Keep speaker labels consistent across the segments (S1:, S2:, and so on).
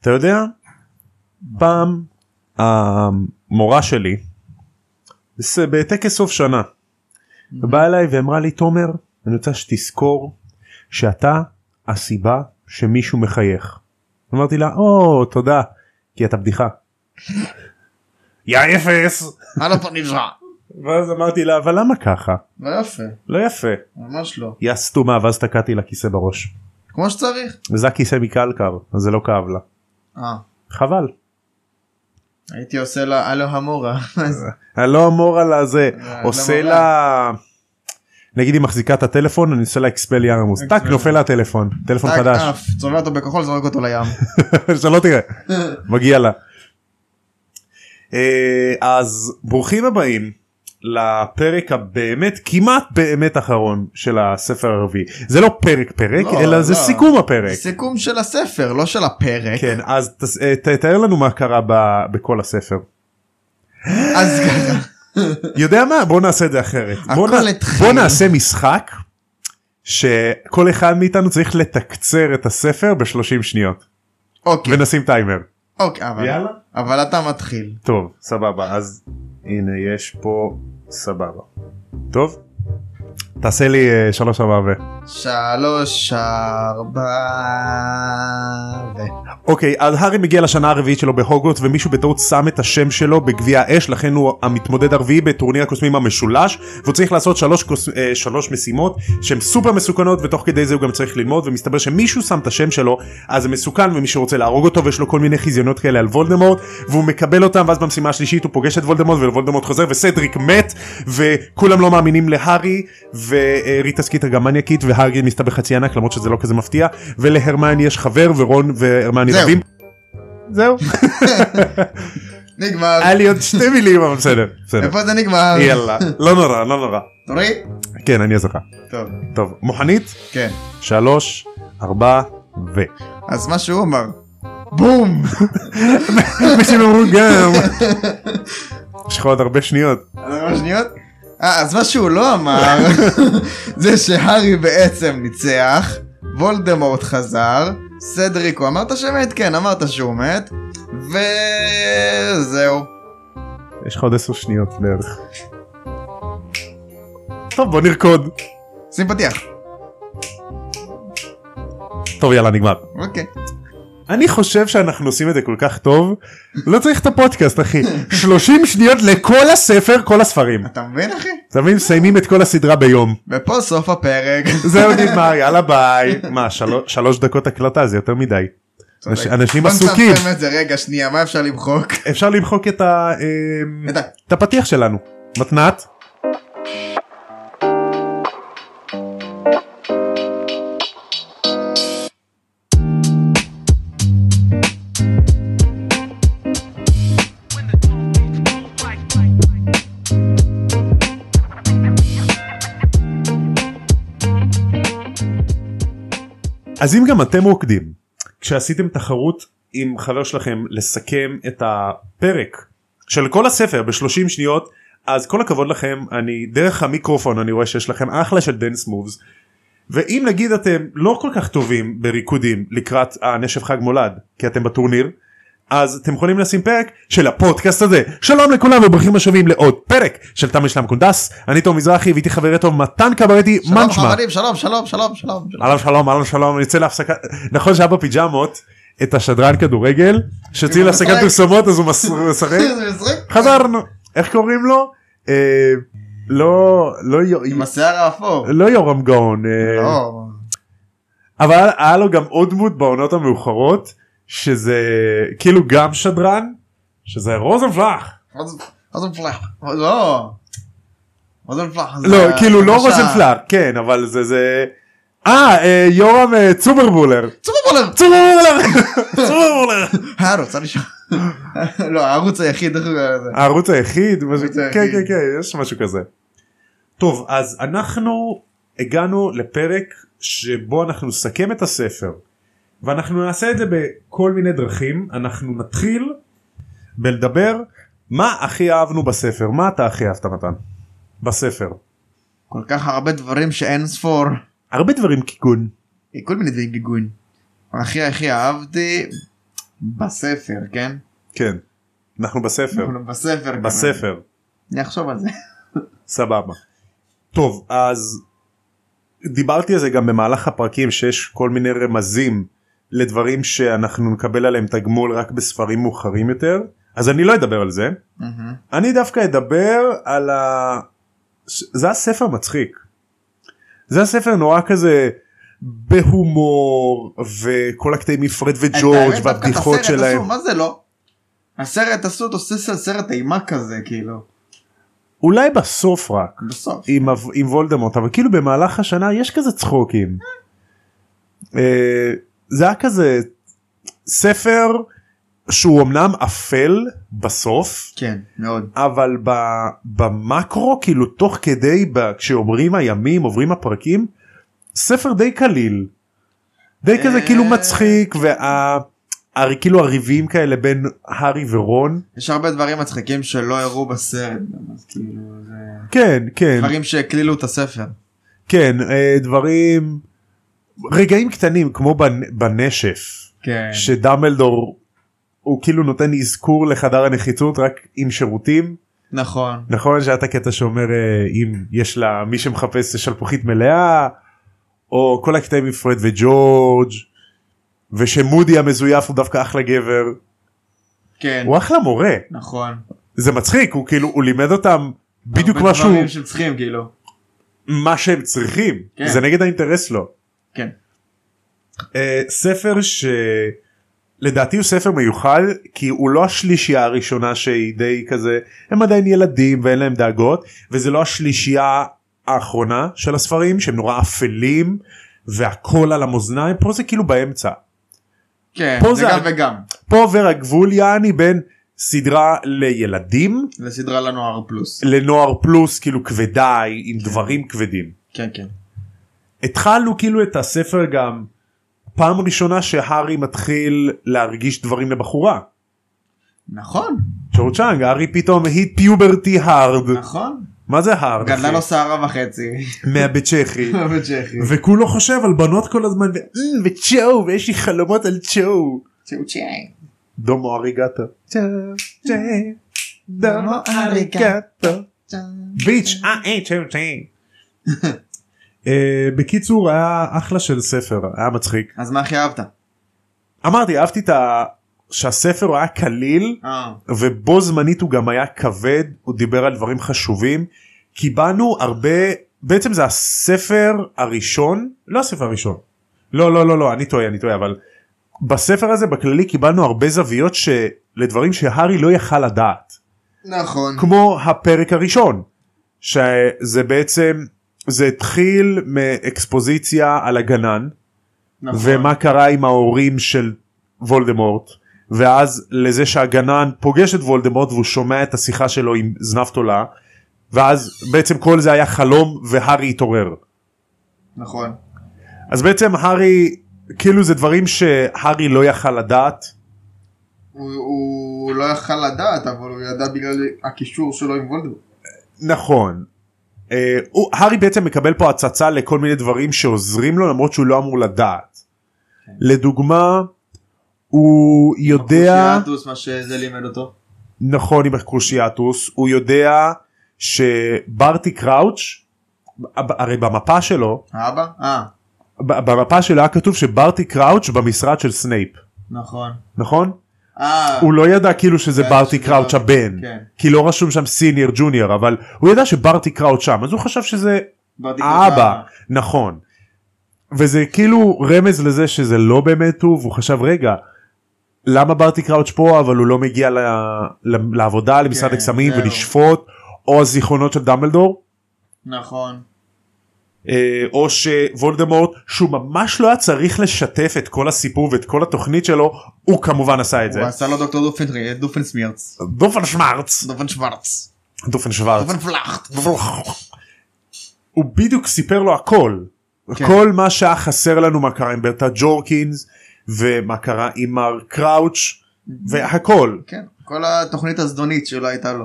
S1: אתה יודע, פעם המורה שלי בס- בטקס סוף שנה באה אליי ואמרה לי תומר אני רוצה שתזכור שאתה הסיבה שמישהו מחייך. אמרתי לה או תודה כי אתה בדיחה. יא אפס.
S2: על הפנים שלך.
S1: ואז אמרתי לה אבל למה ככה?
S2: לא יפה,
S1: לא יפה.
S2: ממש לא.
S1: יא סתומה ואז תקעתי לה כיסא בראש.
S2: כמו שצריך.
S1: וזה הכיסא מקלקר אז זה לא כאב לה.
S2: אה,
S1: חבל.
S2: הייתי עושה לה הלו המורה. אז-
S1: אני לא אמור על הזה
S2: אה,
S1: עושה
S2: למה?
S1: לה נגיד היא מחזיקה את הטלפון אני עושה לה אקספליארמוס טאק
S2: אקספליארמוס.
S1: נופל לה הטלפון טלפון
S2: טק,
S1: חדש
S2: עף, צובע אותו בכחול זורק אותו לים. אה.
S1: שלא תראה מגיע לה. אה, אז ברוכים הבאים לפרק הבאמת כמעט באמת אחרון של הספר הרביעי זה לא פרק פרק
S2: לא,
S1: אלא זה
S2: לא.
S1: סיכום הפרק.
S2: סיכום של הספר לא של הפרק.
S1: כן אז תס- אה, ת- תאר לנו מה קרה ב- בכל הספר.
S2: אז ככה.
S1: יודע מה בוא נעשה את זה אחרת בוא,
S2: הכל
S1: נע-
S2: התחיל.
S1: בוא נעשה משחק שכל אחד מאיתנו צריך לתקצר את הספר ב-30 שניות
S2: אוקיי,
S1: ונשים טיימר.
S2: אוקיי, אבל-
S1: יאללה.
S2: אבל אתה מתחיל.
S1: טוב סבבה אז הנה יש פה סבבה. טוב? תעשה לי אה, שלוש ארבע ו...
S2: שלוש, ארבע, ו...
S1: אוקיי אז הארי מגיע לשנה הרביעית שלו בהוגוורטס ומישהו בטעות שם את השם שלו בגביע האש לכן הוא המתמודד הרביעי בטורניר הקוסמים המשולש והוא צריך לעשות שלוש, קוס... אה, שלוש משימות שהן סופר מסוכנות ותוך כדי זה הוא גם צריך ללמוד ומסתבר שמישהו שם את השם שלו אז זה מסוכן ומישהו רוצה להרוג אותו ויש לו כל מיני חזיונות כאלה על וולדמורט והוא מקבל אותם ואז במשימה השלישית הוא פוגש את וולדמורט ווולדמורט חוזר וסדריק מת וכולם לא מאמינים להארי וריטה סקיטר גם מניאקית והארי מסתבר חצי ענק למרות שזה לא כזה מפתיע ולהרמיין יש חבר ורון והרמיין
S2: זהו.
S1: רבים. זהו
S2: נגמר.
S1: היה לי עוד שתי מילים אבל בסדר בסדר
S2: איפה זה נגמר?
S1: יאללה לא נורא לא נורא
S2: תורי?
S1: כן אני אעזור לך
S2: טוב,
S1: טוב מוכנית
S2: כן.
S1: שלוש ארבע ו.
S2: אז מה שהוא אמר. בום!
S1: אנשים אמרו גם. יש לך עוד הרבה שניות.
S2: אז ארבע שניות? אה, אז מה שהוא לא אמר, זה שהארי בעצם ניצח, וולדמורט חזר, סדריק, הוא אמרת שמת? כן, אמרת שהוא מת, וזהו.
S1: יש לך עוד עשר שניות בערך. טוב בוא נרקוד.
S2: שים פתיח.
S1: טוב יאללה נגמר.
S2: אוקיי.
S1: אני חושב שאנחנו עושים את זה כל כך טוב. לא צריך את הפודקאסט אחי. 30 שניות לכל הספר כל הספרים.
S2: אתה מבין אחי?
S1: אתה מבין? מסיימים את כל הסדרה ביום.
S2: ופה סוף הפרק.
S1: זהו נגמר יאללה ביי. מה שלוש- שלוש דקות הקלטה זה יותר מדי. אנש- אנשים
S2: בוא
S1: עסוקים.
S2: נצמצם את זה, רגע, שנייה, מה אפשר למחוק?
S1: אפשר למחוק את ה... אה,
S2: אתה-
S1: את הפתיח שלנו. מתנת. אז אם גם אתם רוקדים, כשעשיתם תחרות עם חבר שלכם לסכם את הפרק של כל הספר ב-30 שניות, אז כל הכבוד לכם, אני דרך המיקרופון אני רואה שיש לכם אחלה של דנס מובס. ואם נגיד אתם לא כל כך טובים בריקודים לקראת הנשף חג מולד, כי אתם בטורניר, אז אתם יכולים לשים פרק של הפודקאסט הזה. שלום לכולם וברוכים השבים לעוד פרק של תם ישלם קונדס, אני תום מזרחי ואיתי חברי טוב מתן קברטי,
S2: שלום
S1: מה נשמע?
S2: חברים, שלום, שלום, שלום, שלום. שלום.
S1: אהלן שלום אהלן שלום נצא להפסקה נכון שהיה בפיג'מות את השדרן כדורגל שיוצאים להפסקת
S2: משחק.
S1: פרסומות אז הוא מס- הוא משחק
S2: זה משחק?
S1: חזרנו איך קוראים לו אה, לא לא יו-
S2: עם השיער האפור.
S1: לא יורם גאון אה,
S2: לא.
S1: אבל היה לו גם עוד דמות בעונות המאוחרות שזה כאילו גם שדרן שזה רוזנבלח
S2: רוז- רוזנפלח. לא. רוזנפלח. זה
S1: לא כאילו לא
S2: למשל.
S1: רוזנבלח כן אבל זה זה אה אה, יורם אה, צוברבולר
S2: צובבולר.
S1: צוברבולר צוברבולר
S2: הערוץ הראשון. אה, לא הערוץ היחיד. איך הוא קורא לזה?
S1: הערוץ היחיד משהו-
S2: הערוץ
S1: כן
S2: היחיד.
S1: כן כן יש משהו כזה. טוב אז אנחנו הגענו לפרק שבו אנחנו נסכם את הספר ואנחנו נעשה את זה בכל מיני דרכים אנחנו נתחיל בלדבר מה הכי אהבנו בספר מה אתה הכי אהבת מתן בספר
S2: כל כך הרבה דברים שאין ספור. אה,
S1: הרבה דברים כגון
S2: כל מיני דברים גיגון. הכי הכי אהבתי בספר, כן?
S1: כן. אנחנו בספר.
S2: אנחנו בספר. כן.
S1: בספר.
S2: אני אחשוב על זה.
S1: סבבה. טוב, אז דיברתי על זה גם במהלך הפרקים שיש כל מיני רמזים לדברים שאנחנו נקבל עליהם תגמול רק בספרים מאוחרים יותר, אז אני לא אדבר על זה.
S2: מהמם.
S1: אני דווקא אדבר על ה... זה הספר מצחיק. זה הספר נורא כזה בהומור וכל הקטעים מפרד וג'ורג'
S2: האמת, דווקא את
S1: והבדיחות
S2: הסרט
S1: שלהם.
S2: עשו, מה זה לא? הסרט עשו, אתה עושה ס- סרט אימה כזה, כאילו.
S1: אולי בסוף רק
S2: בסוף.
S1: עם, הב- עם וולדמורט אבל כאילו במהלך השנה יש כזה צחוקים. אה, זה היה כזה ספר שהוא אמנם אפל בסוף
S2: כן, מאוד.
S1: אבל ב, במקרו כאילו תוך כדי ב, כשאומרים הימים עוברים הפרקים ספר די קליל. די כזה
S2: אה.
S1: כאילו מצחיק וה... הר- כאילו הריבים כאלה בין הארי ורון
S2: יש הרבה דברים מצחיקים שלא הראו בסרט, גם, אז כאילו, זה...
S1: כן כן
S2: דברים שהקלילו את הספר.
S1: כן אה, דברים רגעים קטנים כמו בנ- בנשף
S2: כן.
S1: שדמבלדור הוא כאילו נותן אזכור לחדר הנחיתות רק עם שירותים
S2: נכון.
S1: נכון שהיה את הקטע שאומר אה, אם יש לה מי שמחפש יש שלפוחית מלאה או כל הקטעים עם פרד וג'ורג' ושמודי המזויף הוא דווקא אחלה גבר
S2: כן.
S1: הוא אחלה מורה
S2: נכון.
S1: זה מצחיק הוא כאילו הוא לימד אותם בדיוק
S2: הרבה
S1: משהו
S2: דברים שהם צריכים, כאילו.
S1: מה שהם צריכים
S2: כן.
S1: זה נגד האינטרס שלו.
S2: כן.
S1: אה, ספר שלדעתי הוא ספר מיוחד כי הוא לא השלישייה הראשונה שהיא די כזה הם עדיין ילדים ואין להם דאגות וזה לא השלישייה האחרונה של הספרים שהם נורא אפלים והכל על המאזניים פה זה כאילו באמצע
S2: כן.
S1: פה
S2: זה
S1: זה-
S2: גם וגם.
S1: פה עובר הגבול יעני בין סדרה לילדים
S2: לסדרה לנוער פלוס.
S1: לנוער פלוס כאילו כבדה עם דברים כבדים.
S2: כן, כן.
S1: התחלנו כאילו את הספר גם פעם ראשונה שהארי מתחיל להרגיש דברים לבחורה.
S2: נכון.
S1: צ'ו צ'אנג, הארי פתאום hit puberty hard,
S2: נכון.
S1: מה זה hard?
S2: גדלה
S1: אחי?
S2: לו שערה וחצי.
S1: מהבית צ'כי.
S2: בצ'כי.
S1: וכולו חושב על בנות כל הזמן ו- "אה, וצ'ו ויש לי חלומות על צ'ו.
S2: צ'ו צ'יי.
S1: דומו אריגטו. צ'ו צ'ו דומו אריגטו. ביץ' אה אה צ'ו צ'ו. אה, בקיצור היה אחלה של ספר היה מצחיק
S2: אז מה הכי אהבת?
S1: אמרתי אהבתי את ה... שהספר היה קליל
S2: אה.
S1: ובו זמנית הוא גם היה כבד הוא דיבר על דברים חשובים קיבלנו הרבה בעצם זה הספר הראשון לא הספר הראשון לא לא לא לא אני טועה אני טועה אבל בספר הזה בכללי קיבלנו הרבה זוויות שלדברים שהארי לא יכל לדעת
S2: נכון.
S1: כמו הפרק הראשון שזה בעצם זה התחיל מאקספוזיציה על הגנן
S2: נכון.
S1: ומה קרה עם ההורים של וולדמורט ואז לזה שהגנן פוגש את וולדמורט והוא שומע את השיחה שלו עם זנב תולה ואז בעצם כל זה היה חלום והארי התעורר
S2: נכון.
S1: אז בעצם הארי כאילו זה דברים שהארי לא יכל לדעת
S2: הוא- הוא לא יכל לדעת אבל הוא ידע בגלל הקישור שלו עם וולדמורט.
S1: נכון. אה, הוא- הארי בעצם מקבל פה הצצה לכל מיני דברים שעוזרים לו למרות שהוא לא אמור לדעת. לדוגמה הוא יודע
S2: הקושיאטוס, מה שזה לימד אותו.
S1: נכון עם הקרושיאטוס הוא יודע שברטי קראוץ' הרי במפה שלו
S2: האבא? אה.
S1: ב- במפה שלו היה כתוב שברטי קראוץ' במשרד של סנייפ
S2: נכון.
S1: נכון
S2: אה.
S1: הוא לא ידע כאילו שזה
S2: כן,
S1: ברטי
S2: שזה
S1: קראוץ'
S2: ברטי,
S1: הבן
S2: כן.
S1: כי לא רשום שם סיניור ג'וניור אבל הוא ידע שברטי קראוץ' שם אז הוא חשב שזה
S2: ברטי
S1: האבא
S2: קראוץ'.
S1: נכון וזה כאילו רמז לזה שזה לא באמת הוא והוא חשב רגע למה ברטי קראוץ' פה אבל הוא לא מגיע ל... ל... לעבודה למשרד
S2: כן,
S1: הקסמים
S2: זהו.
S1: ולשפוט או הזיכרונות של דמבלדור
S2: נכון.
S1: אה, או שוולדמורט שהוא ממש לא היה צריך לשתף את כל הסיפור ואת כל התוכנית שלו הוא כמובן עשה את זה.
S2: הוא עשה לו דוקטור דופן- דופן סמירץ.
S1: דופן שוורץ
S2: דופן שוורץ.
S1: דופן שוורץ
S2: דופן פלאכט.
S1: הוא בדיוק סיפר לו הכל.
S2: כן.
S1: כל מה שהיה חסר לנו מה קרה עם ברטה ג'ורקינס ומה קרה עם מר קראוץ' והכל
S2: כן. כל התוכנית הזדונית שלא הייתה לו.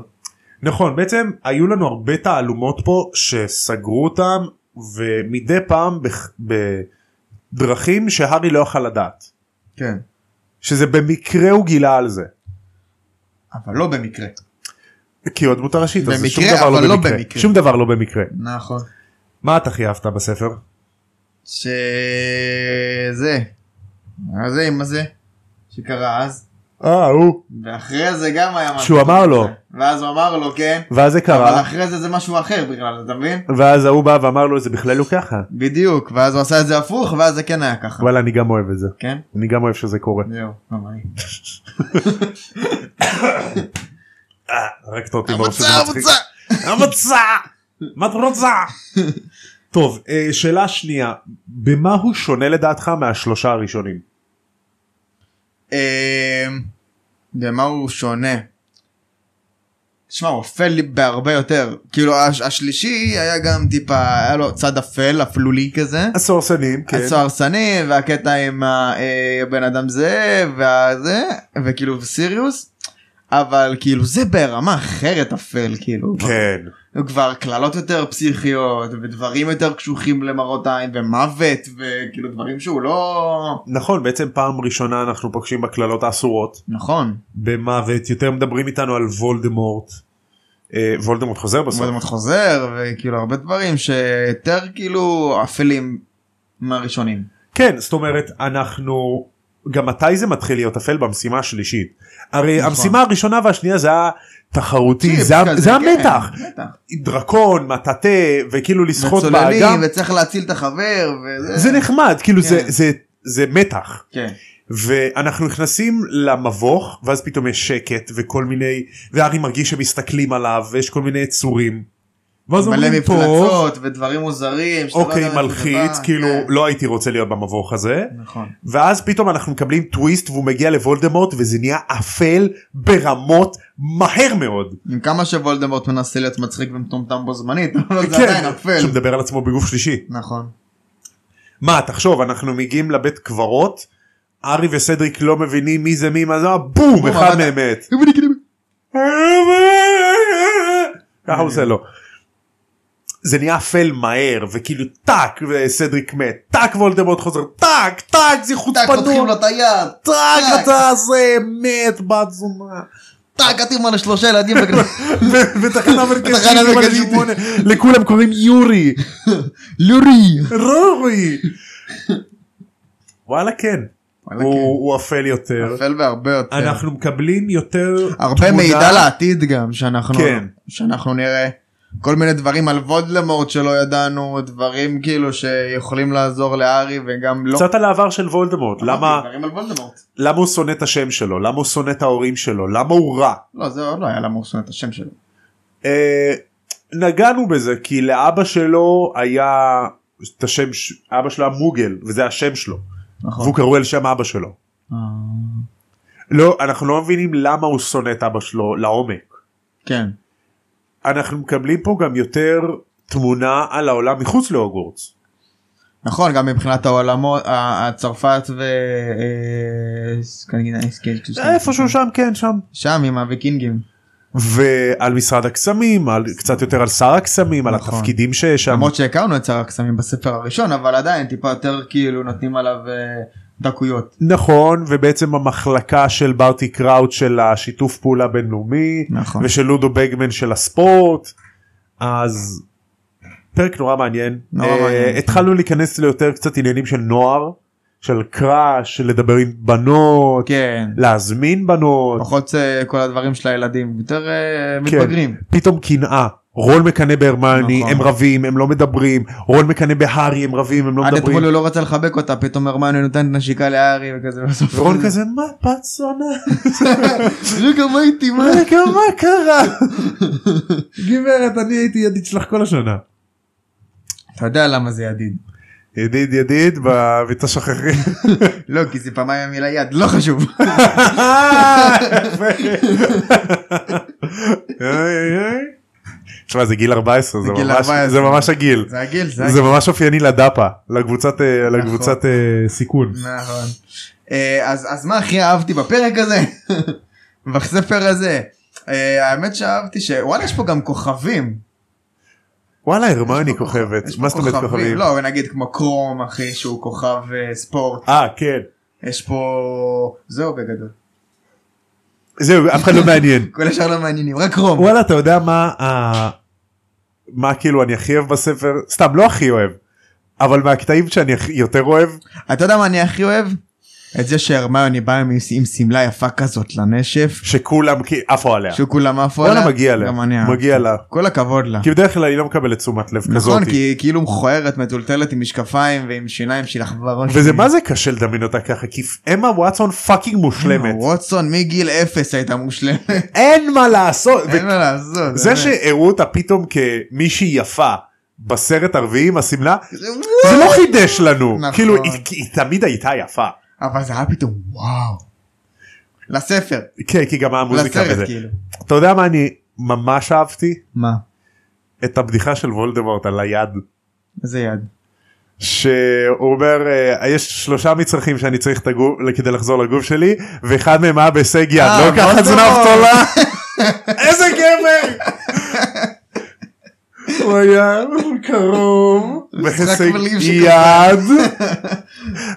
S1: נכון בעצם היו לנו הרבה תעלומות פה שסגרו אותם ומדי פעם בח- בדרכים שהארי לא יכל לדעת
S2: כן.
S1: שזה במקרה הוא גילה על זה.
S2: אבל לא במקרה.
S1: כי הוא הדמות הראשית, אז שום
S2: במקרה,
S1: דבר
S2: אבל
S1: לא
S2: לא
S1: במקרה.
S2: במקרה.
S1: שום דבר לא במקרה.
S2: נכון.
S1: מה אתה הכי אהבת בספר?
S2: שזה. זה עם הזה. שקרה אז.
S1: אה, הוא.
S2: ואחרי זה גם היה משהו.
S1: שהוא אמר לו.
S2: ואז הוא אמר לו כן.
S1: ואז זה
S2: אה, אוקיי. אבל
S1: קרה,
S2: אחרי זה זה משהו אחר בכלל אתה מבין?
S1: ואז ההוא בא ואמר לו זה בכלל לא ככה.
S2: בדיוק ואז הוא עשה את זה הפוך ואז זה כן היה ככה.
S1: וואלה, אני גם אוהב את זה.
S2: כן?
S1: אני גם אוהב שזה קורה.
S2: זהו. נוראי.
S1: אה, הרגת אותי באופן
S2: המצא
S1: מצחיק.
S2: המצא.
S1: המצע! מה את רוצה? טוב, אה, שאלה שנייה, במה הוא שונה לדעתך מהשלושה הראשונים?
S2: אמ, במה הוא שונה? שמע הוא אפל לי בהרבה יותר כאילו הש- השלישי היה גם טיפה היה לו צד אפל אפלולי כזה.
S1: הסוהרסנים, כן.
S2: הסוהר סני והקטע עם אה, הבן אדם זה והזה וכאילו סיריוס. אבל כאילו זה ברמה אחרת אפל כאילו.
S1: כן.
S2: כבר קללות יותר פסיכיות ודברים יותר קשוחים למראות עין ומוות וכאילו דברים שהוא לא
S1: נכון, בעצם פעם ראשונה אנחנו פוגשים בקללות האסורות,
S2: נכון.
S1: במוות, יותר מדברים איתנו על וולדמורט. אה, וולדמורט חוזר בסוף.
S2: וולדמורט חוזר וכאילו הרבה דברים שיותר כאילו אפלים מהראשונים.
S1: כן, זאת אומרת, אנחנו... גם מתי זה מתחיל להיות אפל במשימה השלישית? הרי
S2: נכון.
S1: המשימה הראשונה והשנייה זה היה תחרותי,
S2: צ'יפס
S1: זה, ה-
S2: כזה,
S1: זה
S2: כן,
S1: המתח.
S2: מתח.
S1: דרקון, מטאטה, וכאילו לשחות
S2: וצוללים
S1: באגם.
S2: וצריך להציל את החבר וזה.
S1: זה נחמד כאילו
S2: כן.
S1: זה זה זה מתח
S2: כן.
S1: ואנחנו נכנסים למבוך ואז פתאום יש שקט וכל מיני והארי מרגיש שמסתכלים עליו ויש כל מיני צורים. ואז
S2: מלא
S1: אומרים לא פה
S2: מפלצות ודברים מוזרים. שאתה לא
S1: אוקיי
S2: יודע מאיפה זה
S1: מלחיץ
S2: בא.
S1: כאילו
S2: כן.
S1: לא הייתי רוצה להיות במבוך הזה
S2: נכון.
S1: ואז פתאום אנחנו מקבלים טוויסט והוא מגיע לוולדמורט וזה נהיה אפל ברמות מהר מאוד.
S2: עם כמה שוולדמורט מנסה להיות מצחיק ומטומטם בו זמנית אבל לא, זה
S1: כן,
S2: עדיין אפל.
S1: שמדבר על עצמו בגוף שלישי.
S2: נכון.
S1: מה תחשוב אנחנו מגיעים לבית קברות ארי וסדריק לא מבינים מי זה מי מה זה אה, בום אחד
S2: אבל-
S1: מהם מת. ככה הוא עושה לו. זה נהיה אפל מהר וכאילו טאק וסדריק מת טאק וולדמורט חוזר טאק טאק זה
S2: טאק חותכים לו
S1: חוצפנות
S2: את היד.
S1: טאק
S2: טאק.
S1: אתה זה מת בתזונה.
S2: טאק עתיר מה לשלושה ילדים. בגלל-
S1: בתחנה
S2: בתחנה
S1: מרכזית
S2: מרכזית.
S1: שמונה, לכולם קוראים יורי
S2: לורי.
S1: רורי. וואלה כן
S2: וואלה,
S1: הוא
S2: כן.
S1: הוא אפל יותר.
S2: אפל בהרבה יותר.
S1: אנחנו מקבלים יותר
S2: הרבה
S1: תמונה-
S2: מידע לעתיד גם שאנחנו
S1: כן.
S2: שאנחנו נראה כל מיני דברים על וודלמורט שלא ידענו דברים כאילו שיכולים לעזור לארי וגם לא. אה, אוקיי.
S1: קצת על העבר של וולדמורט למה
S2: דברים על וולדמורט.
S1: למה הוא שונא את השם שלו למה הוא שונא את ההורים שלו למה הוא רע
S2: לא זה עוד לא היה למה הוא שונא את השם שלו.
S1: אה, נגענו בזה כי לאבא שלו היה את השם ש- אבא שלו היה מוגל וזה השם שלו
S2: נכון.
S1: והוא קרוי על שם אבא שלו
S2: אה,
S1: לא אנחנו לא מבינים למה הוא שונא את אבא שלו לעומק
S2: כן.
S1: אנחנו מקבלים פה גם יותר תמונה על העולם מחוץ להוגוורטס
S2: נכון גם מבחינת העולמות ה- הצרפת ו... אה, כנראה, אה,
S1: איפשהו שם כן שם
S2: שם עם הוויקינגים.
S1: ועל משרד הקסמים על קצת יותר על שר הקסמים על
S2: נכון.
S1: התפקידים שיש שם
S2: למרות שהכרנו את שר הקסמים בספר הראשון אבל עדיין טיפה יותר כאילו נותנים עליו אה, דקויות.
S1: נכון ובעצם המחלקה של ברטי קראוט של השיתוף פעולה בינלאומי
S2: נכון.
S1: ושל לודו בגמן של הספורט אז פרק נורא מעניין
S2: נורא
S1: אה,
S2: מעניין.
S1: התחלנו להיכנס ליותר קצת עניינים של נוער של קראש של לדבר עם בנות
S2: כן.
S1: להזמין בנות
S2: פחות אה, כל הדברים של הילדים יותר אה,
S1: כן,
S2: מתבגרים
S1: פתאום קנאה. רול מקנא בהרמני,
S2: נכון.
S1: הם רבים, הם לא מדברים, רול מקנא בהארי, הם רבים, הם לא
S2: עד
S1: מדברים.
S2: אתמול הוא לא רצה לחבק אותה פתאום הרמני נותנת נשיקה לארי וכזה בסוף
S1: ורון כזה מה בת זונה
S2: רגע מה איתי מה
S1: רגע מה קרה גברת אני הייתי ידיד שלך כל השנה
S2: אתה יודע למה זה ידיד
S1: ידיד ידיד בביתה שכחי
S2: לא כי זה פעמיים המילה יד לא חשוב אה,
S1: תשמע זה גיל 14 זה
S2: זה גיל
S1: ממש
S2: 14.
S1: זה ממש הגיל
S2: זה הגיל זה
S1: זה
S2: הגיל.
S1: ממש אופייני לדאפה לקבוצת אה,
S2: נכון.
S1: לקבוצת אה, סיכון
S2: נכון אה, אז אז מה הכי אהבתי בפרק הזה בספר הזה אה, האמת שאהבתי שוואלה יש פה גם כוכבים
S1: וואלה הרמני כוכבת
S2: יש פה
S1: מה זאת אומרת כוכבים
S2: לא נגיד כמו קרום אחי שהוא כוכב אה, ספורט
S1: אה כן
S2: יש פה... זהו בגדול.
S1: זהו, אף אחד לא מעניין.
S2: כל השאר לא מעניינים, רק רום.
S1: וואלה אתה יודע מה ה... מה כאילו אני הכי אוהב בספר סתם לא הכי אוהב אבל מהקטעים שאני הכי- יותר אוהב
S2: אתה יודע מה אני הכי אוהב? את זה שהרמיוני באה עם עם שמלה יפה כזאת לנשף,
S1: שכולם כי- עפו עליה.
S2: שכולם עפו עליה.
S1: וואלה מגיע לה.
S2: גם אני אהבתי.
S1: מגיע לה.
S2: כל הכבוד לה.
S1: כי בדרך כלל היא לא מקבלת תשומת לב כזאת.
S2: נכון, כי היא כאילו מכוערת, מטולטלת עם משקפיים ועם שיניים של עכברון.
S1: וזה מה זה קשה לדמיין אותה ככה כי אמה וואטסון פאקינג מושלמת.
S2: ווטסון מגיל אפס הייתה מושלמת.
S1: אין מה לעשות.
S2: אין מה לעשות.
S1: זה
S2: באמת.
S1: שהראו אותה פתאום כמישהי יפה בסרט הרביעי עם השמלה זה לא חידש לנו
S2: נכון.
S1: כאילו היא- כי היא תמיד הייתה יפה.
S2: אבל זה היה פתאום וואו. לספר.
S1: כן כי גם המוזיקה וזה.
S2: לסרט כאילו.
S1: אתה יודע מה אני ממש אהבתי?
S2: מה?
S1: את הבדיחה של וולדמורט על היד
S2: איזה יד.
S1: שהוא אומר אה, יש שלושה מצרכים שאני צריך את הגוף כדי לחזור לגוף שלי ואחד מהם היה בהישג יד
S2: אה,
S1: לא ככה
S2: וולדמורט.
S1: זנב תולה איזה גבר. הוא היה קרוב בהישג
S2: משחק מילים שכזה.
S1: יד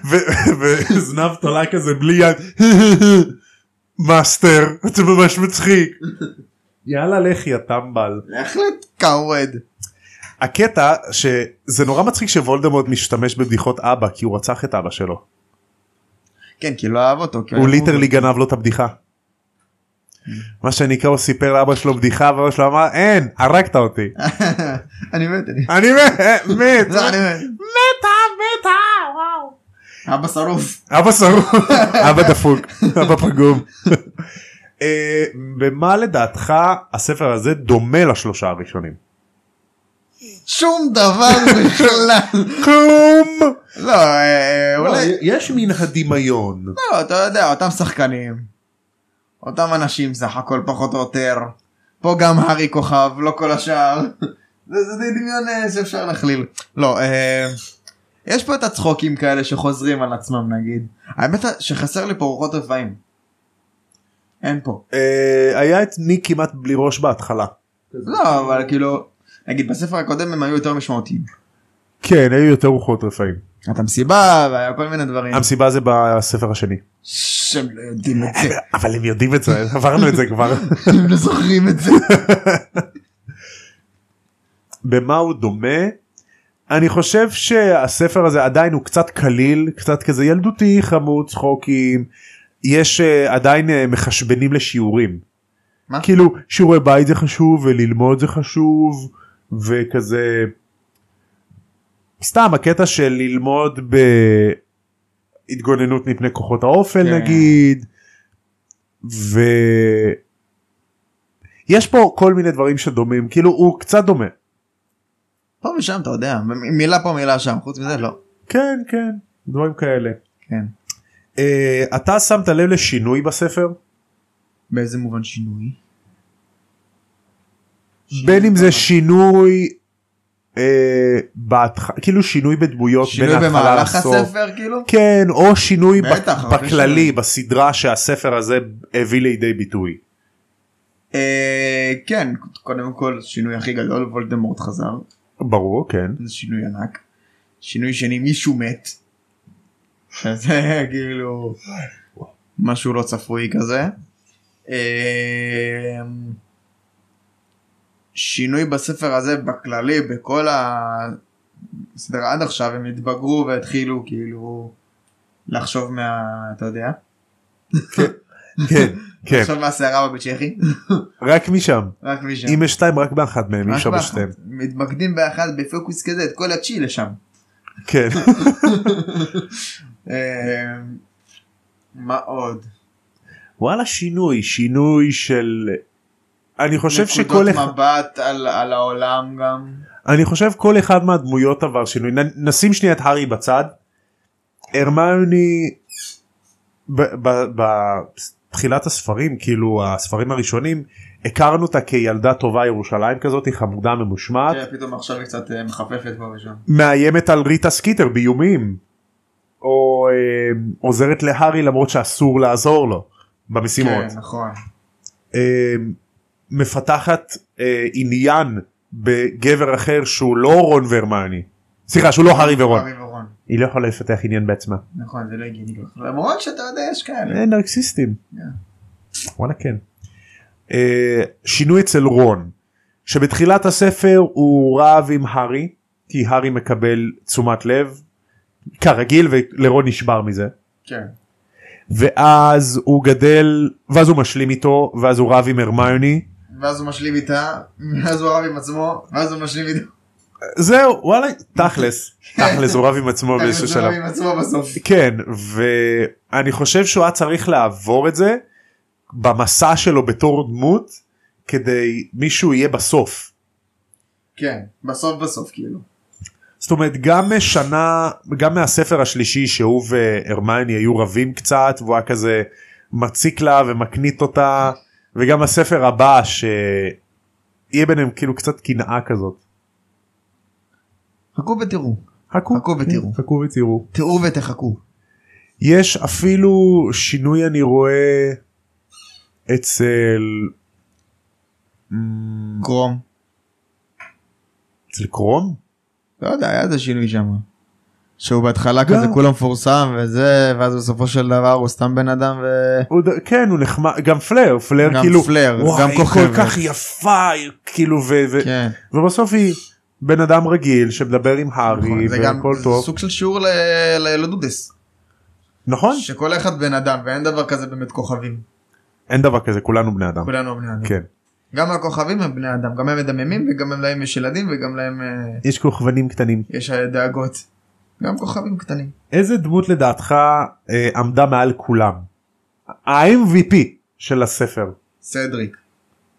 S1: ו- וזנב תולה כזה בלי יד מאסטר זה ממש מצחיק יאללה לך יא טמבל.
S2: בהחלט קאווד.
S1: הקטע שזה נורא מצחיק שוולדמורט משתמש בבדיחות אבא כי הוא רצח את אבא שלו
S2: כן כי לא אהב אותו. כי
S1: הוא
S2: היה
S1: ליטרלי גנב לו את הבדיחה. מה שנקרא הוא סיפר לאבא שלו בדיחה ואבא שלו אמר אין הרגת אותי
S2: אני מת. אני
S1: אני
S2: מת.
S1: מת אה, מת
S2: לא, אני מת.
S1: מתה מתה וואו.
S2: אבא שרוף.
S1: אבא שרוף אבא דפוק אבא פגום. אה, במה לדעתך הספר הזה דומה לשלושה הראשונים?
S2: שום דבר בכלל.
S1: כלום.
S2: לא, אה, אולי...
S1: יש מן הדמיון.
S2: לא, אתה יודע, אותם שחקנים. אותם אנשים סך הכל פחות או יותר. פה גם הארי כוכב, לא כל השאר. זה, זה די דמיון אה, שאפשר להכליל. לא, אה, יש פה את הצחוקים כאלה שחוזרים על עצמם נגיד. האמת שחסר לי פה רוחות רפאים. אין פה.
S1: אה, היה את מי כמעט בלי ראש בהתחלה.
S2: לא, אבל כאילו, נגיד בספר הקודם הם היו יותר משמעותיים.
S1: כן, היו יותר רוחות רפאים.
S2: הייתה מסיבה והיה כל מיני דברים.
S1: המסיבה זה בספר השני.
S2: שהם לא יודעים את זה.
S1: אבל הם יודעים את זה, עברנו את זה כבר.
S2: הם לא זוכרים את זה.
S1: במה הוא דומה? אני חושב שהספר הזה עדיין הוא קצת קליל, קצת כזה ילדותי, חמוד, צחוקים. יש אה, עדיין אה, מחשבנים לשיעורים.
S2: מה?
S1: כאילו שיעורי בית זה חשוב וללמוד זה חשוב וכזה סתם הקטע של ללמוד בהתגוננות מפני כוחות האופל
S2: כן.
S1: נגיד ויש פה כל מיני דברים שדומים כאילו הוא קצת דומה
S2: פה ושם אתה יודע, מ- מילה פה מילה שם, חוץ מזה לא.
S1: כן כן דברים כאלה.
S2: כן.
S1: אה, אתה שמת לב לשינוי בספר
S2: באיזה מובן שינוי?
S1: בין אם זה שינוי אה, בהתחלה כאילו שינוי בדמויות בין
S2: שינוי
S1: ההתחלה
S2: במהלך
S1: לסוף
S2: הספר כאילו?
S1: כן או שינוי
S2: בטח,
S1: בק-
S2: הרבה
S1: בכללי
S2: שינוי.
S1: בסדרה שהספר הזה הביא לידי ביטוי
S2: אה, כן, קודם כל שינוי הכי גדול וולדמורט חזר,
S1: ברור כן
S2: זה שינוי ענק. שינוי שני מישהו מת. שזה כאילו משהו לא צפוי כזה. אה, שינוי בספר הזה בכללי בכל הסדרה עד עכשיו הם התבגרו והתחילו כאילו לחשוב מה אתה יודע
S1: כן כן
S2: עכשיו מהסערה בבצ'כי
S1: רק משם
S2: רק משם.
S1: אם יש שתיים רק באחת מהם אי
S2: כן. רק
S1: אפשר
S2: באחת.
S1: בשתיהם
S2: מתמקדים באחת בפוקוס כזה את כל הצ'י לשם.
S1: כן
S2: אה, מה עוד?
S1: וואלה שינוי שינוי של אני חושב שכל אחד
S2: נקודות מבט על על העולם גם.
S1: אני חושב כל אחד מהדמויות עבר שינוי נ- נשים שנייה את הארי בצד. הרמיוני ב- ב- בתחילת הספרים כאילו הספרים הראשונים הכרנו אותה כילדה טובה ירושלים כזאת היא חמודה ממושמעת
S2: שפתאום עכשיו היא קצת אה, מחפפת פה ושם.
S1: מאיימת על ריטה סקיטר באיומים או אה, עוזרת להארי למרות שאסור לעזור לו במשימות.
S2: כן, נכון.
S1: אה, מפתחת אה, עניין בגבר אחר שהוא לא רון והרמני. סליחה שהוא לא הארי ורון.
S2: הארי ורון.
S1: היא לא יכולה לפתח עניין בעצמה.
S2: נכון זה לא הגיוני כל כך. למרות שאתה יודע יש כאלה.
S1: אה, נרקסיסטים.
S2: Yeah.
S1: וואלה כן. אה, שינוי אצל רון שבתחילת הספר הוא רב עם הארי כי הארי מקבל תשומת לב כרגיל ולרון נשבר מזה
S2: כן.
S1: ואז הוא גדל ואז הוא משלים איתו ואז הוא רב עם הרמיוני
S2: ואז הוא משלים איתה, ואז הוא רב עם עצמו, ואז הוא משלים איתה.
S1: זהו וואלה תכלס תכלס הוא רב עם עצמו באיזשהו
S2: הוא
S1: שלב.
S2: רב עם עצמו בסוף.
S1: כן ואני חושב שהוא היה צריך לעבור את זה במסע שלו בתור דמות כדי מישהו יהיה בסוף
S2: כן. בסוף בסוף כאילו.
S1: זאת אומרת גם שנה גם מהספר השלישי שהוא והרמני היו רבים קצת והוא היה כזה מציק לה ומקנית אותה וגם הספר הבא שיהיה ביניהם כאילו קצת קנאה כזאת.
S2: חכו ותראו.
S1: חכו, כן,
S2: חכו ותראו.
S1: חכו ותראו.
S2: תראו ותחכו.
S1: יש אפילו שינוי אני רואה אצל אמ,
S2: קרום.
S1: אצל קרום
S2: לא יודע, היה איזה שינוי שם. שהוא בהתחלה כזה
S1: גם.
S2: כולו מפורסם וזה, ואז בסופו של דבר הוא סתם בן אדם ו...
S1: הוא ד- כן הוא נחמד גם פלר פלר
S2: גם
S1: כאילו
S2: פלר,
S1: וואי,
S2: גם
S1: היא כל
S2: כוכבת.
S1: כך יפה היא כאילו ו... ו-
S2: כן.
S1: ובסוף היא בן אדם רגיל שמדבר עם הארי
S2: נכון, זה גם
S1: והכל
S2: זה
S1: טוב
S2: סוג של שיעור ל- לילדודס.
S1: נכון
S2: שכל אחד בן אדם ואין דבר כזה באמת כוכבים.
S1: אין דבר כזה כולנו בני אדם
S2: כולנו בני אדם.
S1: כן
S2: גם הכוכבים הם בני אדם, גם הם מדממים וגם הם להם יש ילדים וגם להם אה,
S1: יש כוכבנים קטנים
S2: יש דאגות. גם כוכבים קטנים.
S1: איזה דמות לדעתך אה, עמדה מעל כולם ה-MVP של הספר
S2: סדריק,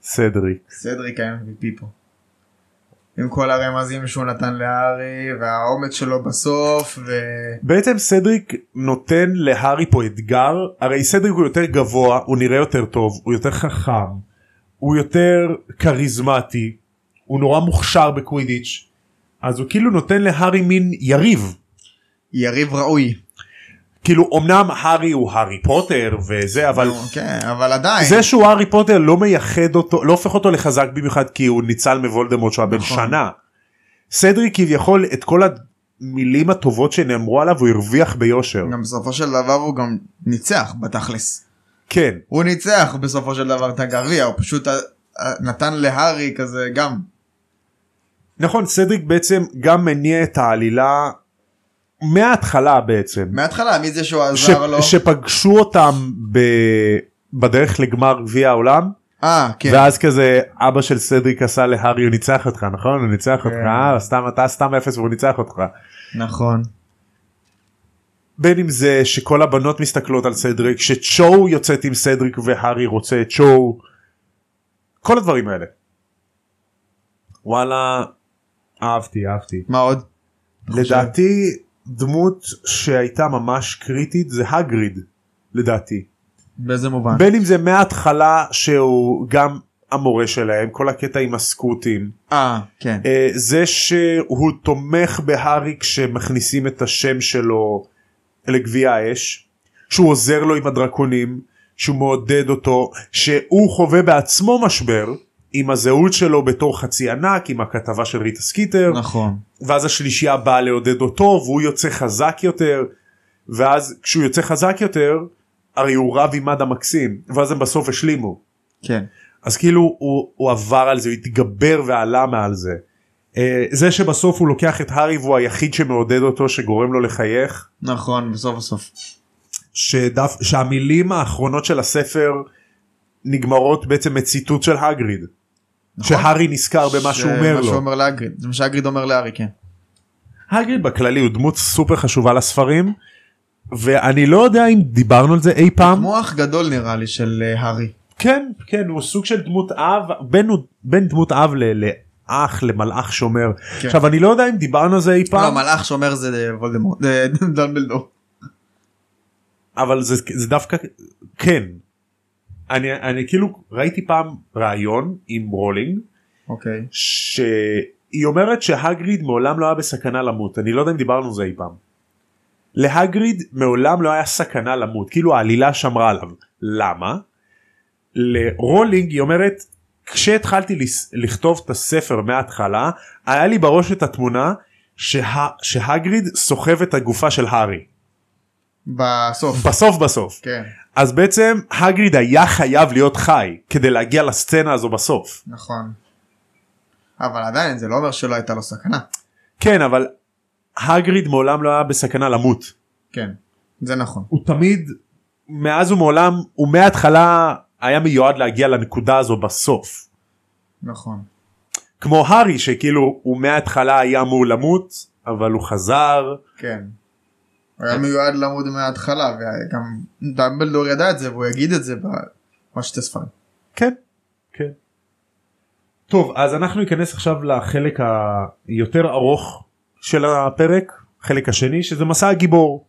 S1: סדריק
S2: סדריק ה-MVP פה. עם כל הרמזים שהוא נתן להארי והאומץ שלו בסוף ו...
S1: בעצם סדריק נותן להארי פה אתגר הרי סדריק הוא יותר גבוה הוא נראה יותר טוב הוא יותר חכם הוא יותר כריזמטי הוא נורא מוכשר בקווידיץ' אז הוא כאילו נותן להארי מין יריב
S2: יריב ראוי.
S1: כאילו אמנם הארי הוא הארי פוטר וזה אבל
S2: נו, כן, אבל עדיין.
S1: זה שהוא הארי פוטר לא מייחד אותו לא הופך אותו לחזק במיוחד כי הוא ניצל מוולדמורט שהוא היה בן
S2: נכון.
S1: שנה. סדריק כביכול את כל המילים הטובות שנאמרו עליו הוא הרוויח ביושר
S2: גם בסופו של דבר הוא גם ניצח בתכלס.
S1: כן
S2: הוא ניצח בסופו של דבר את הגביע, הוא פשוט אה, אה, נתן להארי כזה גם.
S1: נכון סדריק בעצם גם מניע את העלילה מההתחלה בעצם
S2: מההתחלה, מי זה שהוא
S1: ש...
S2: עזר לו?
S1: שפגשו אותם ב... בדרך לגמר גביע העולם
S2: אה, כן.
S1: ואז כזה אבא של סדריק עשה להארי הוא ניצח אותך נכון הוא ניצח אותך
S2: כן.
S1: אה, סתם אתה סתם אפס והוא ניצח אותך
S2: נכון.
S1: בין אם זה שכל הבנות מסתכלות על סדריק שצ'ו יוצאת עם סדריק והארי רוצה את צ'ו כל הדברים האלה. וואלה אהבתי אהבתי
S2: מה עוד?
S1: לדעתי דמות שהייתה ממש קריטית זה הגריד לדעתי
S2: באיזה מובן?
S1: בין אם זה מההתחלה שהוא גם המורה שלהם כל הקטע עם הסקוטים
S2: אה, כן.
S1: אה, זה שהוא תומך בהארי כשמכניסים את השם שלו לגביע האש, שהוא עוזר לו עם הדרקונים, שהוא מעודד אותו, שהוא חווה בעצמו משבר עם הזהות שלו בתור חצי ענק, עם הכתבה של ריטה סקיטר,
S2: נכון.
S1: ואז השלישייה באה לעודד אותו והוא יוצא חזק יותר, ואז כשהוא יוצא חזק יותר, הרי הוא רב עם עד המקסים, ואז הם בסוף השלימו.
S2: כן.
S1: אז כאילו הוא, הוא עבר על זה, הוא התגבר ועלה מעל זה. אה, זה שבסוף הוא לוקח את הארי והוא היחיד שמעודד אותו שגורם לו לחייך,
S2: נכון, בסוף בסוף.
S1: שדף, שהמילים האחרונות של הספר נגמרות בעצם מציטוט של הגריד.
S2: נכון.
S1: שהארי נזכר במה שהוא אומר
S2: מה שהוא
S1: לו.
S2: אומר לאגריד. זה מה שאגריד אומר לארי, כן.
S1: הגריד בכללי הוא דמות סופר חשובה לספרים, ואני לא יודע אם דיברנו על זה אי פעם.
S2: מוח גדול נראה לי של אה, הארי.
S1: כן כן הוא סוג של דמות אב בין, הוא- בין דמות אב ל... לאח למלאך שומר
S2: כן.
S1: עכשיו אני לא יודע אם דיברנו על זה אי פעם
S2: לא, מלאך שאומר זה אה, וולדמורט. אה, דמבלדור.
S1: אבל זה, זה דווקא כן אני, אני כאילו ראיתי פעם ראיון עם רולינג
S2: אוקיי.
S1: שהיא אומרת שהגריד מעולם לא היה בסכנה למות אני לא יודע אם דיברנו על זה אי פעם. להגריד מעולם לא היה סכנה למות כאילו העלילה שמרה עליו למה? לרולינג היא אומרת כשהתחלתי לס- לכתוב את הספר מההתחלה היה לי בראש את התמונה שה, שהגריד סוחב את הגופה של הארי
S2: בסוף.
S1: בסוף בסוף
S2: כן,
S1: אז בעצם הגריד היה חייב להיות חי כדי להגיע לסצנה הזו בסוף
S2: נכון. אבל עדיין זה לא אומר שלא הייתה לו סכנה.
S1: כן אבל הגריד מעולם לא היה בסכנה למות
S2: כן, זה נכון.
S1: הוא תמיד מאז ומעולם הוא מההתחלה היה מיועד להגיע לנקודה הזו בסוף
S2: נכון.
S1: כמו הארי שכאילו הוא מההתחלה היה אמור למות אבל הוא חזר
S2: כן. הוא היה מיועד למות מההתחלה וגם דמבלדור ידע את זה והוא יגיד את זה בשתי ספרים.
S1: כן כן. טוב אז אנחנו ניכנס עכשיו לחלק היותר ארוך של הפרק חלק השני שזה מסע הגיבור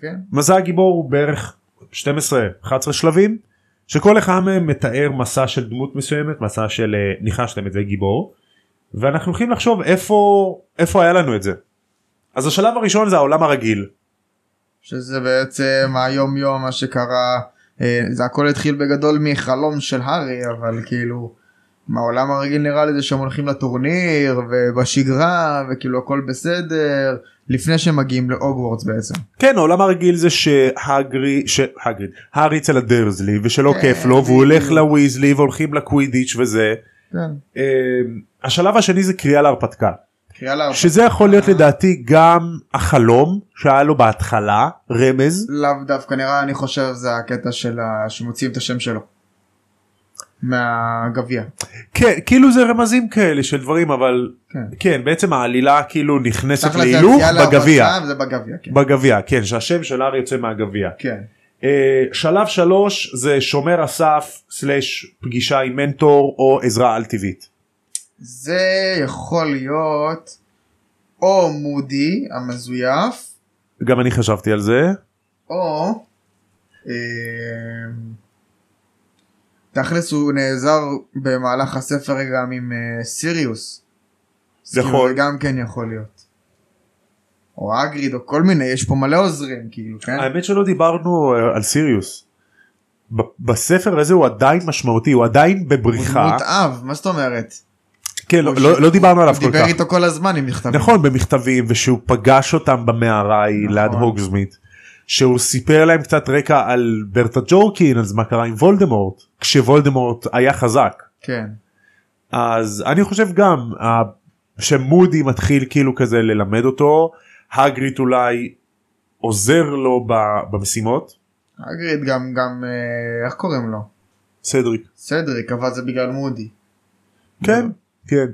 S2: כן.
S1: מסע הגיבור הוא בערך 12-11 שלבים שכל אחד מהם מתאר מסע של דמות מסוימת מסע של אה, ניחשתם את זה גיבור ואנחנו הולכים לחשוב איפה איפה היה לנו את זה. אז השלב הראשון זה העולם הרגיל
S2: שזה בעצם היום יום מה שקרה אה, זה הכל התחיל בגדול מחלום של הארי אבל כאילו מהעולם הרגיל נראה לי זה שהם הולכים לטורניר ובשגרה וכאילו הכל בסדר לפני שהם מגיעים להוגוורטס בעצם.
S1: כן העולם הרגיל זה שהגרי שהגריד הארי אצל הדרזלי ושלא
S2: כן,
S1: כיף לו והוא הולך
S2: בדיוק.
S1: לוויזלי והולכים לקווידיץ' וזה
S2: כן.
S1: אה, השלב השני זה קריאה להרפתקה
S2: קריאה להרפתקה.
S1: שזה יכול להיות לדעתי גם החלום שהיה לו בהתחלה רמז
S2: לאו דווקא נראה אני חושב זה הקטע של ה... שמוציאים את השם שלו. מהגביע.
S1: כן כאילו זה רמזים כאלה של דברים אבל
S2: כן.
S1: כן בעצם העלילה כאילו נכנסת
S2: תכל'ס, זה
S1: להילוך
S2: היציאה להרפתקה,
S1: בגביע
S2: זה בגביע כן.
S1: בגביע כן שהשם של הארי יוצא מהגביע
S2: כן.
S1: אה, שלב שלוש זה שומר הסף סלאש פגישה עם מנטור או עזרה על טבעית.
S2: זה יכול להיות או מודי המזויף
S1: גם אני חשבתי על זה
S2: אה? או אמ, תכלס הוא נעזר במהלך הספר גם עם אה, סיריוס.
S1: זה
S2: כאילו,
S1: יכול.
S2: זה גם כן יכול להיות. או אגריד או כל מיני יש פה מלא עוזרים כאילו כן.
S1: האמת שלא דיברנו אה, על סיריוס. ב- בספר הזה הוא עדיין משמעותי הוא עדיין
S2: הוא
S1: בבריחה
S2: דמות אב מה זאת אומרת.
S1: כן לא-
S2: הוא
S1: לא
S2: ש-
S1: לא דיברנו עליו
S2: הוא
S1: כל
S2: דיבר
S1: כך
S2: איתו כל הזמן עם מכתבים.
S1: נכון במכתבים ושהוא פגש אותם במערה ההיא
S2: נכון.
S1: ליד הוגזמית שהוא סיפר להם קצת רקע על ברטה ג'ורקין אז מה קרה עם וולדמורט כשוולדמורט היה חזק
S2: כן.
S1: אז אני חושב גם אה, שמודי מתחיל כאילו כזה ללמד אותו הגריט אולי עוזר לו ב- במשימות
S2: אגריד גם גם אה, איך קוראים לו?
S1: סדריק
S2: סדריק אבל זה בגלל מודי.
S1: כן כן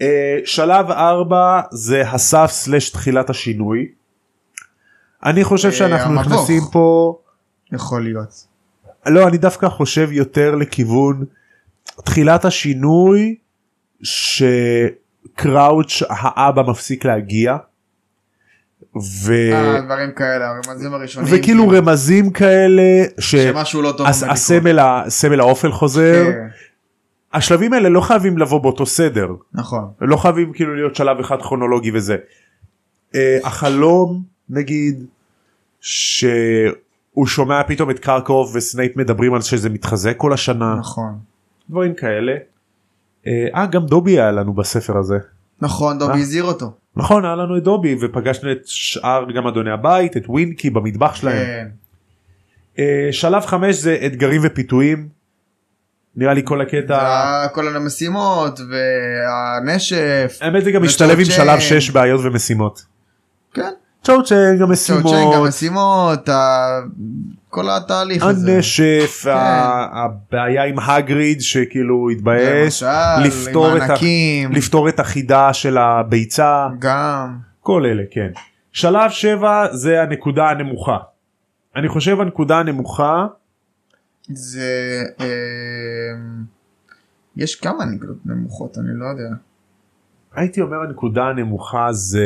S1: אה, שלב 4 זה הסף סלש תחילת השינוי. אני חושב
S2: אה,
S1: שאנחנו
S2: המבוך.
S1: נכנסים פה
S2: יכול להיות.
S1: לא אני דווקא חושב יותר לכיוון תחילת השינוי שקראוץ' האבא מפסיק להגיע ו...
S2: אה, דברים כאלה הרמזים הראשונים.
S1: וכאילו רמזים כאלה
S2: שמשהו לא טוב. עומד לקרות.
S1: שהסמל אה, הסמל האופל חוזר
S2: כן,
S1: השלבים האלה לא חייבים לבוא באותו סדר
S2: נכון.
S1: לא חייבים כאילו להיות שלב אחד כרונולוגי וזה. אה, החלום נגיד שהוא שומע פתאום את קרקוב וסנייפ מדברים על שזה מתחזק כל השנה
S2: נכון.
S1: דברים כאלה. אה אה, גם דובי היה לנו בספר הזה
S2: נכון
S1: אה?
S2: דובי הזהיר אותו.
S1: נכון היה לנו את דובי ופגשנו את שאר גם אדוני הבית את ווינקי במטבח שלהם.
S2: כן.
S1: אה, שלב 5 זה אתגרים ופיתויים. נראה לי כל הקטע.
S2: וה- כל המשימות והנשף.
S1: האמת זה גם משתלב עם
S2: וצ'או
S1: שלב
S2: צ'יין.
S1: 6 בעיות ומשימות.
S2: כן.
S1: צ'או צ'יין גם
S2: צ'וצ'נג
S1: משימות.
S2: המשימות. ה- כל התהליך הזה.
S1: הנשף, ה- הבעיה עם הגריד שכאילו התבייש,
S2: למשל,
S1: לפתור
S2: עם
S1: את ה-
S2: הענקים.
S1: לפתור את החידה של הביצה,
S2: גם.
S1: כל אלה כן. שלב 7 זה הנקודה הנמוכה. אני חושב הנקודה הנמוכה,
S2: זה... אמ, יש כמה נקודות נמוכות אני לא יודע.
S1: הייתי אומר הנקודה הנמוכה זה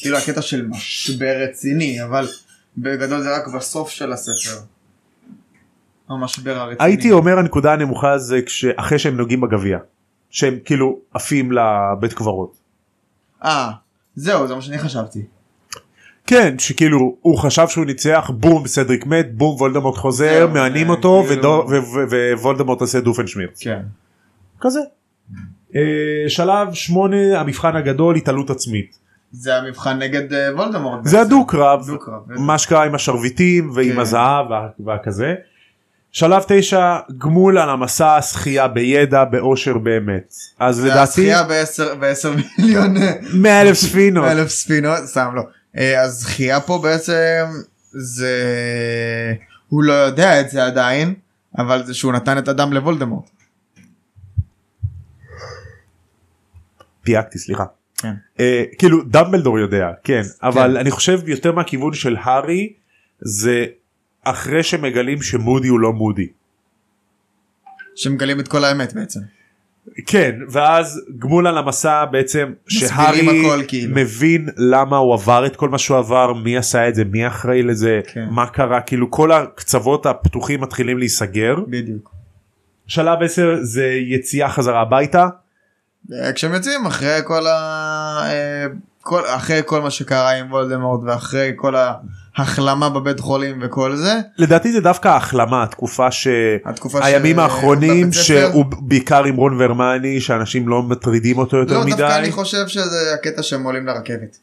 S2: כאילו הקטע של משבר רציני אבל בגדול זה רק בסוף של הספר. המשבר הרציני.
S1: הייתי אומר הנקודה הנמוכה זה כש- אחרי שהם נוגעים בגביע שהם כאילו עפים לבית קברות
S2: אה, זהו, זה מה שאני חשבתי.
S1: כן שכאילו הוא חשב שהוא ניצח בום סדריק מת בום וולדמורט חוזר
S2: זהו,
S1: מענים
S2: אה,
S1: אותו
S2: כאילו-
S1: ודו- ו- ו- ווולדמורט עושה דופנשמיר
S2: כן.
S1: כזה. אה, שלב 8 המבחן הגדול התעלות עצמית
S2: זה המבחן נגד אה, וולדמורט.
S1: זה
S2: בעצם.
S1: הדו-קרב,
S2: דו-קרב, בטח.
S1: מה שקרה עם השרביטים ועם
S2: כן.
S1: הזהב וה- והכזה. שלב תשע גמול על המסע שחייה בידע באושר באמת אז לדעתי
S2: הזכייה בעשר- בעשר מיליון אה,
S1: 100 אלף ספינות
S2: אלף ספינות סתם לא אה, הזכייה פה בעצם זה הוא לא יודע את זה עדיין אבל זה שהוא נתן את הדם לוולדמורט.
S1: פייקתי סליחה.
S2: כן.
S1: אה, כאילו דמבלדור יודע כן אבל אני חושב יותר מהכיוון של הארי זה אחרי שמגלים שמודי הוא לא מודי.
S2: כן. שמגלים את כל האמת בעצם.
S1: כן ואז גמול על המסע בעצם
S2: מסבירים
S1: שהארי
S2: הכל, כאילו.
S1: מבין למה הוא עבר את כל מה שהוא עבר מי עשה את זה מי אחראי לזה
S2: כן.
S1: מה קרה כאילו כל הקצוות הפתוחים מתחילים להיסגר
S2: בדיוק.
S1: שלב 10 זה יציאה חזרה הביתה
S2: אה, כשהם יוצאים אחרי כל ה... אה, כל, אחרי כל מה שקרה עם וולדמורט ואחרי כל ההחלמה בבית חולים וכל זה
S1: לדעתי זה דווקא ההחלמה התקופה ש...
S2: התקופה
S1: הימים
S2: ש-
S1: האחרונים
S2: בבית ספר.
S1: שהוא בעיקר עם רון והרמני שאנשים לא מטרידים אותו יותר
S2: לא דווקא
S1: מדי
S2: אני חושב שזה הקטע שהם עולים לרכבת.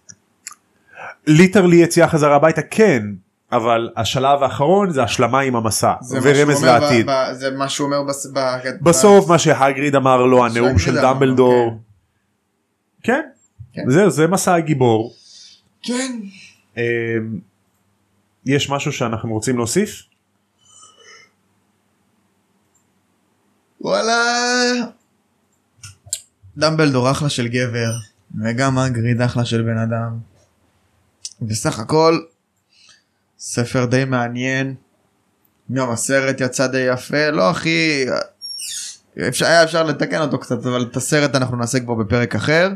S1: ליטרלי יציאה חזרה הביתה כן אבל השלב האחרון זה השלמה עם המסע
S2: זה מה שהוא
S1: ורמז
S2: אומר ב-
S1: לעתיד.
S2: ב- זה מה שהוא אומר בס- ב-
S1: בסוף מה שהגריד אמר לו הנאום
S2: שהגריד
S1: של
S2: אמר לו,
S1: דמבלדור. כן.
S2: כן.
S1: זהו זה מסע הגיבור.
S2: כן.
S1: אמ, יש משהו שאנחנו רוצים להוסיף?
S2: וואלה. דמבלדור אחלה של גבר, וגם אגריד אחלה של בן אדם. בסך הכל, ספר די מעניין. גם הסרט יצא די יפה, לא הכי... אפשר, היה אפשר לתקן אותו קצת, אבל את הסרט אנחנו נעשה כבר בפרק אחר.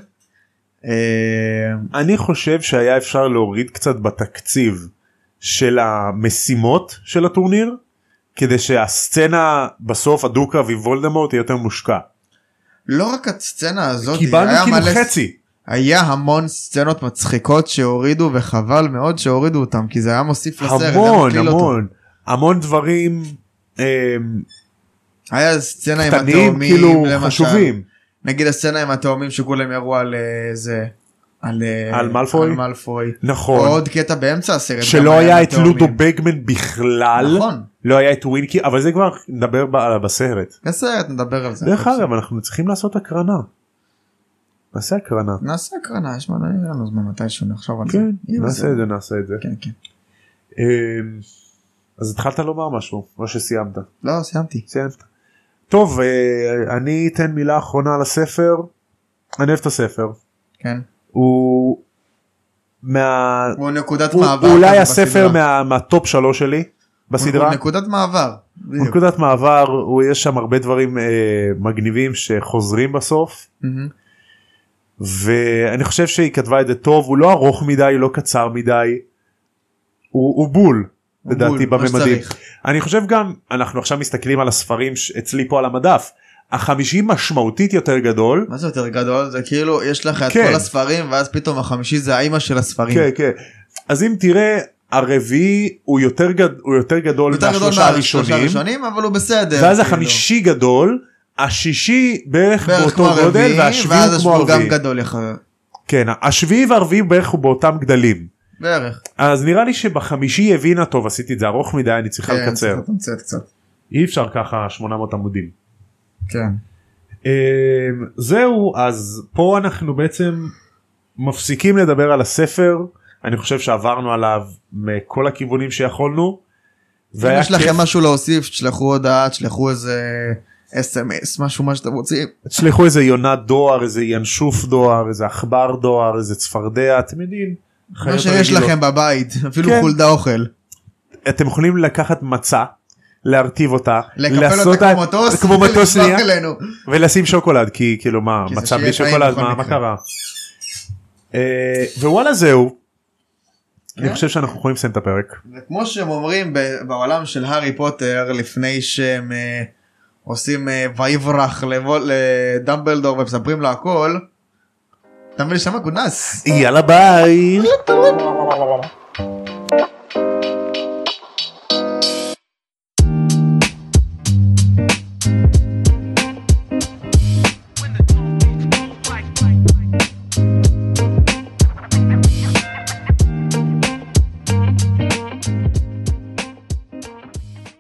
S2: אה,
S1: אני חושב שהיה אפשר להוריד קצת בתקציב של המשימות של הטורניר כדי שהסצנה בסוף הדו-קרב עם וולדמורט תהיה יותר מושקע.
S2: לא רק הסצנה הזאת,
S1: קיבלנו
S2: לא, היה
S1: כאילו
S2: מלא-
S1: חצי.
S2: היה המון סצנות מצחיקות שהורידו וחבל מאוד שהורידו אותם כי זה היה מוסיף לסרט. היה
S1: המון
S2: מכליל אותו.
S1: המון המון דברים אמ,
S2: היה סצנה עם
S1: קטנים
S2: התאומים
S1: כאילו
S2: למשל.
S1: חשובים.
S2: נגיד הסצנה עם התאומים שכולם ירו על אה, זה. על, אה,
S1: על מאלפוי?
S2: על מאלפוי.
S1: נכון.
S2: עוד קטע באמצע הסרט. גם
S1: שלא היה
S2: עם
S1: את לודו
S2: התאומים.
S1: בגמן בכלל
S2: נכון.
S1: לא היה את ווינקי אבל זה כבר נדבר ב- על- בסרט.
S2: בסרט נדבר על זה.
S1: דרך אגב אנחנו צריכים לעשות הקרנה. נעשה הקרנה.
S2: נעשה הקרנה יש מה- אין לנו זמן מתישהו נחשוב על זה.
S1: כן
S2: יהיה
S1: נעשה
S2: בסדר.
S1: את זה נעשה את זה.
S2: כן כן.
S1: אמ, אז התחלת לומר משהו או שסיימת.
S2: לא סיימתי.
S1: סיימת. טוב אה, אני אתן מילה אחרונה על הספר. אני אוהב את הספר.
S2: כן.
S1: הוא מה...
S2: הוא נקודת
S1: הוא
S2: מעבר.
S1: הוא אולי
S2: כזה
S1: הספר
S2: בסדרה.
S1: מה- מהטופ שלוש שלי בסדרה.
S2: הוא נקודת מעבר.
S1: הוא
S2: בדיוק.
S1: נקודת מעבר הוא יש שם הרבה דברים אה, מגניבים שחוזרים בסוף
S2: מהמם.
S1: ואני חושב שהיא כתבה את זה טוב הוא לא ארוך מדי הוא לא קצר מדי. הוא, הוא בול
S2: הוא
S1: לדעתי
S2: בול, מה
S1: בממדים.
S2: שצריך.
S1: אני חושב גם אנחנו עכשיו מסתכלים על הספרים ש- אצלי פה על המדף החמישים משמעותית יותר גדול.
S2: מה זה יותר גדול זה כאילו יש לך את
S1: כן.
S2: כל הספרים ואז פתאום החמישי זה האימא של הספרים.
S1: כן כן. אז אם תראה הרביעי הוא יותר, גד... הוא יותר גדול
S2: יותר גדול
S1: מהשלושה
S2: מהשלושה
S1: הראשונים.
S2: הראשונים אבל הוא בסדר.
S1: ואז
S2: כאילו.
S1: החמישי גדול השישי בערך
S2: בערך כמו
S1: באותו גודל
S2: הרביעי,
S1: והשביעי
S2: ואז
S1: הוא כמו
S2: השביעי הוא
S1: הרביעי.
S2: גם גדול לך.
S1: כן השביעי והרביעי בערך הוא באותם גדלים
S2: בערך.
S1: אז נראה לי שבחמישי היא הבינה טוב עשיתי את זה ארוך מדי אני צריכה
S2: כן,
S1: לקצר
S2: צריך לתמצת קצת.
S1: אי אפשר ככה 800 עמודים.
S2: כן.
S1: אמ, זהו אז פה אנחנו בעצם מפסיקים לדבר על הספר אני חושב שעברנו עליו מכל הכיוונים שיכולנו.
S2: אם
S1: והיה
S2: יש לכם
S1: כיף.
S2: משהו להוסיף תשלחו הודעה תשלחו איזה אס.אם.אס משהו מה שאתם רוצים.
S1: תשלחו איזה יונת דואר איזה ינשוף דואר איזה עכבר דואר איזה צפרדע אתם יודעים.
S2: מה
S1: חיות
S2: שיש
S1: רגילות.
S2: לכם בבית אפילו
S1: כן.
S2: חולדה אוכל.
S1: אתם יכולים לקחת מצה להרטיב אותה
S2: לקפל
S1: לעשות
S2: אותה כמו מטוס.
S1: כמו מטוס
S2: ולשלוח
S1: שנייה
S2: אלינו.
S1: ולשים שוקולד כי כאילו מה
S2: כי זה
S1: מצה
S2: שיהיה
S1: בלי
S2: טעים
S1: שוקולד
S2: בכל
S1: מה מה
S2: מקרה.
S1: קרה. אה, ווואלה זהו. אני
S2: כן.
S1: חושב שאנחנו יכולים לסיים את הפרק.
S2: וכמו שהם אומרים ב- בעולם של הארי פוטר לפני שהם אה, עושים אה, ויברח לבו- לדמבלדור ומספרים לו אה? הכל. אתה מבין שם הכונס.
S1: יאללה ביי.